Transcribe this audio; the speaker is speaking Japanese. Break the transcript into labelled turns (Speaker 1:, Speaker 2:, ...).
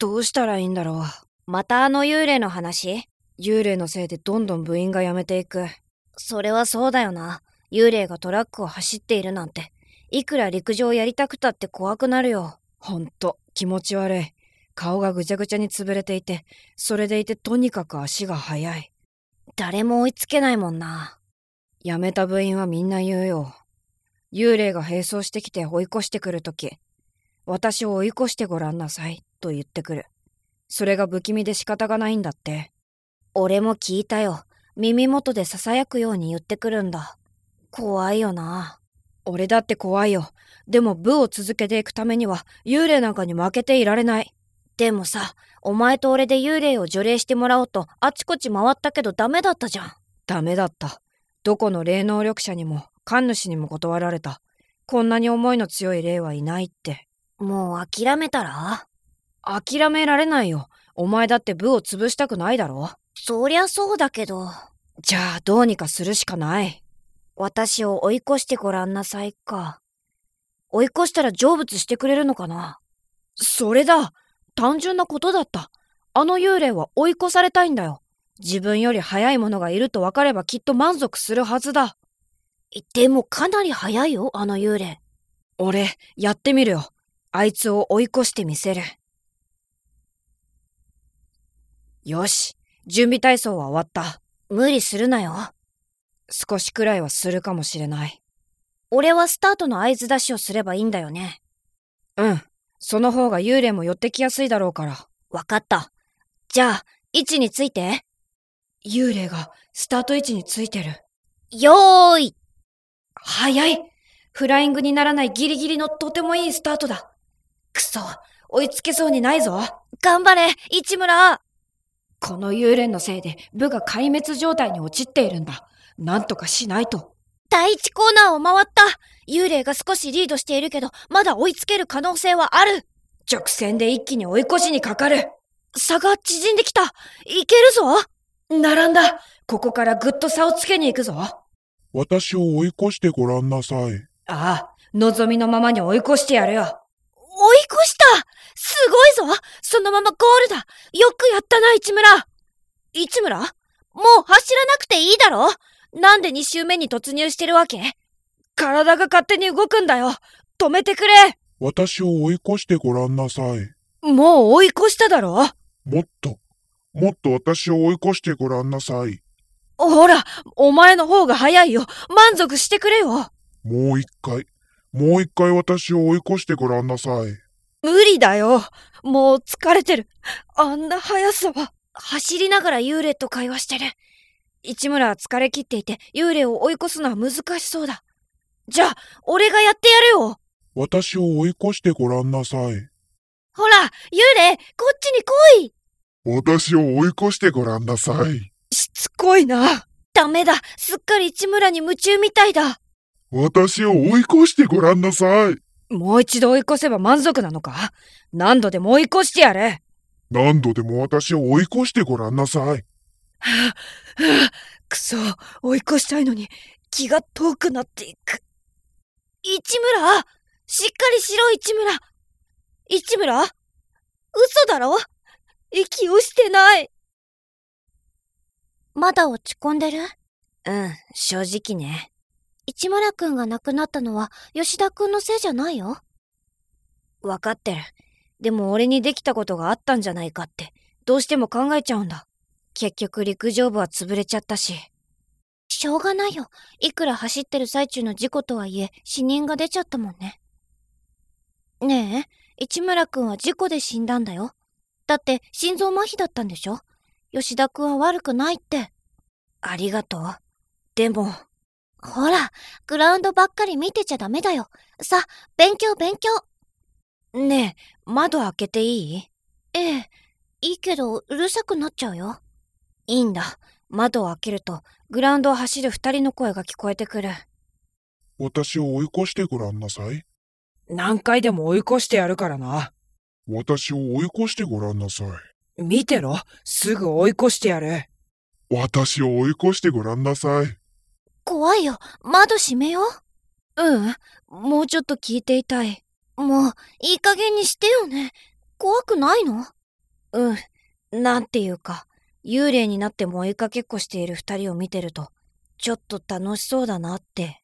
Speaker 1: どうしたらいいんだろう。またあの幽霊の話幽霊のせいでどんどん部員が辞めていく。それはそうだよな。幽霊がトラックを走っているなんて。いくら陸上やりたくたって怖くなるよ。ほんと、気持ち悪い。顔がぐちゃぐちゃに潰れていて、それでいてとにかく足が速い。誰も追いつけないもんな。辞めた部員はみんな言うよ。幽霊が並走してきて追い越してくるとき、私を追い越してごらんなさい、と言ってくる。それが不気味で仕方がないんだって。俺も聞いたよ。耳元で囁くように言ってくるんだ。怖いよな。俺だって怖いよ。でも部を続けていくためには幽霊なんかに負けていられない。でもさ、お前と俺で幽霊を除霊してもらおうとあちこち回ったけどダメだったじゃん。ダメだった。どこの霊能力者にも神主にも断られた。こんなに思いの強い霊はいないって。もう諦めたら諦められないよ。お前だって部を潰したくないだろ。そりゃそうだけど。じゃあどうにかするしかない。私を追い越してごらんなさいか。追い越したら成仏してくれるのかなそれだ単純なことだった。あの幽霊は追い越されたいんだよ。自分より早いものがいると分かればきっと満足するはずだ。でもかなり早いよ、あの幽霊。俺、やってみるよ。あいつを追い越してみせる。よし、準備体操は終わった。無理するなよ。少しくらいはするかもしれない。俺はスタートの合図出しをすればいいんだよね。うん、その方が幽霊も寄ってきやすいだろうから。わかった。じゃあ、位置について。幽霊がスタート位置についてる。よーい早いフライングにならないギリギリのとてもいいスタートだ。くそ、追いつけそうにないぞ。頑張れ、市村この幽霊のせいで部が壊滅状態に陥っているんだ。なんとかしないと。第一コーナーを回った幽霊が少しリードしているけど、まだ追いつける可能性はある直線で一気に追い越しにかかる差が縮んできたいけるぞ並んだここからぐっと差をつけに行くぞあ
Speaker 2: 私を追い越してごらんなさい。
Speaker 1: あ、望みのままに追い越してやるよ追い越したすごいぞそのままゴールだよくやったな、市村市村もう走らなくていいだろなんで2周目に突入してるわけ体が勝手に動くんだよ止めてくれ
Speaker 2: 私を追い越してごらんなさい。
Speaker 1: もう追い越しただろ
Speaker 2: もっと、もっと私を追い越してごらんなさい。
Speaker 1: ほら、お前の方が早いよ。満足してくれよ。
Speaker 2: もう一回、もう一回私を追い越してごらんなさい。
Speaker 1: 無理だよ。もう疲れてる。あんな速さは。走りながら幽霊と会話してる。市村は疲れ切っていて幽霊を追い越すのは難しそうだ。じゃあ、俺がやってやるよ。
Speaker 2: 私を追い越してごらんなさい。
Speaker 1: ほら、幽霊、こっちに来い
Speaker 2: 私を追い越してごらんなさい。
Speaker 1: しつこいな。ダメだ。すっかり市村に夢中みたいだ。
Speaker 2: 私を追い越してごらんなさい。
Speaker 1: もう一度追い越せば満足なのか何度でも追い越してやれ。
Speaker 2: 何度でも私を追い越してごらんなさい。
Speaker 1: くそ、追い越したいのに気が遠くなっていく。市村しっかりしろ、市村市村嘘だろ息をしてないまだ落ち込んでるうん、正直ね。市村くんが亡くなったのは吉田くんのせいじゃないよ。わかってる。でも俺にできたことがあったんじゃないかって、どうしても考えちゃうんだ。結局陸上部は潰れちゃったし。しょうがないよ。いくら走ってる最中の事故とはいえ、死人が出ちゃったもんね。ねえ、市村くんは事故で死んだんだよ。だって心臓麻痺だったんでしょ吉田くんは悪くないって。ありがとう。でも。ほら、グラウンドばっかり見てちゃダメだよ。さ、勉強勉強。ねえ、窓開けていいええ、いいけど、うるさくなっちゃうよ。いいんだ。窓を開けると、グラウンドを走る二人の声が聞こえてくる。
Speaker 2: 私を追い越してごらんなさい。
Speaker 3: 何回でも追い越してやるからな。
Speaker 2: 私を追い越してごらんなさい。
Speaker 3: 見てろ、すぐ追い越してやる。
Speaker 2: 私を追い越してごらんなさい。
Speaker 1: 怖いよ。窓閉めよう。うん。もうちょっと聞いていたい。もう、いい加減にしてよね。怖くないのうん。なんていうか、幽霊になっても追いかけっこしている二人を見てると、ちょっと楽しそうだなって。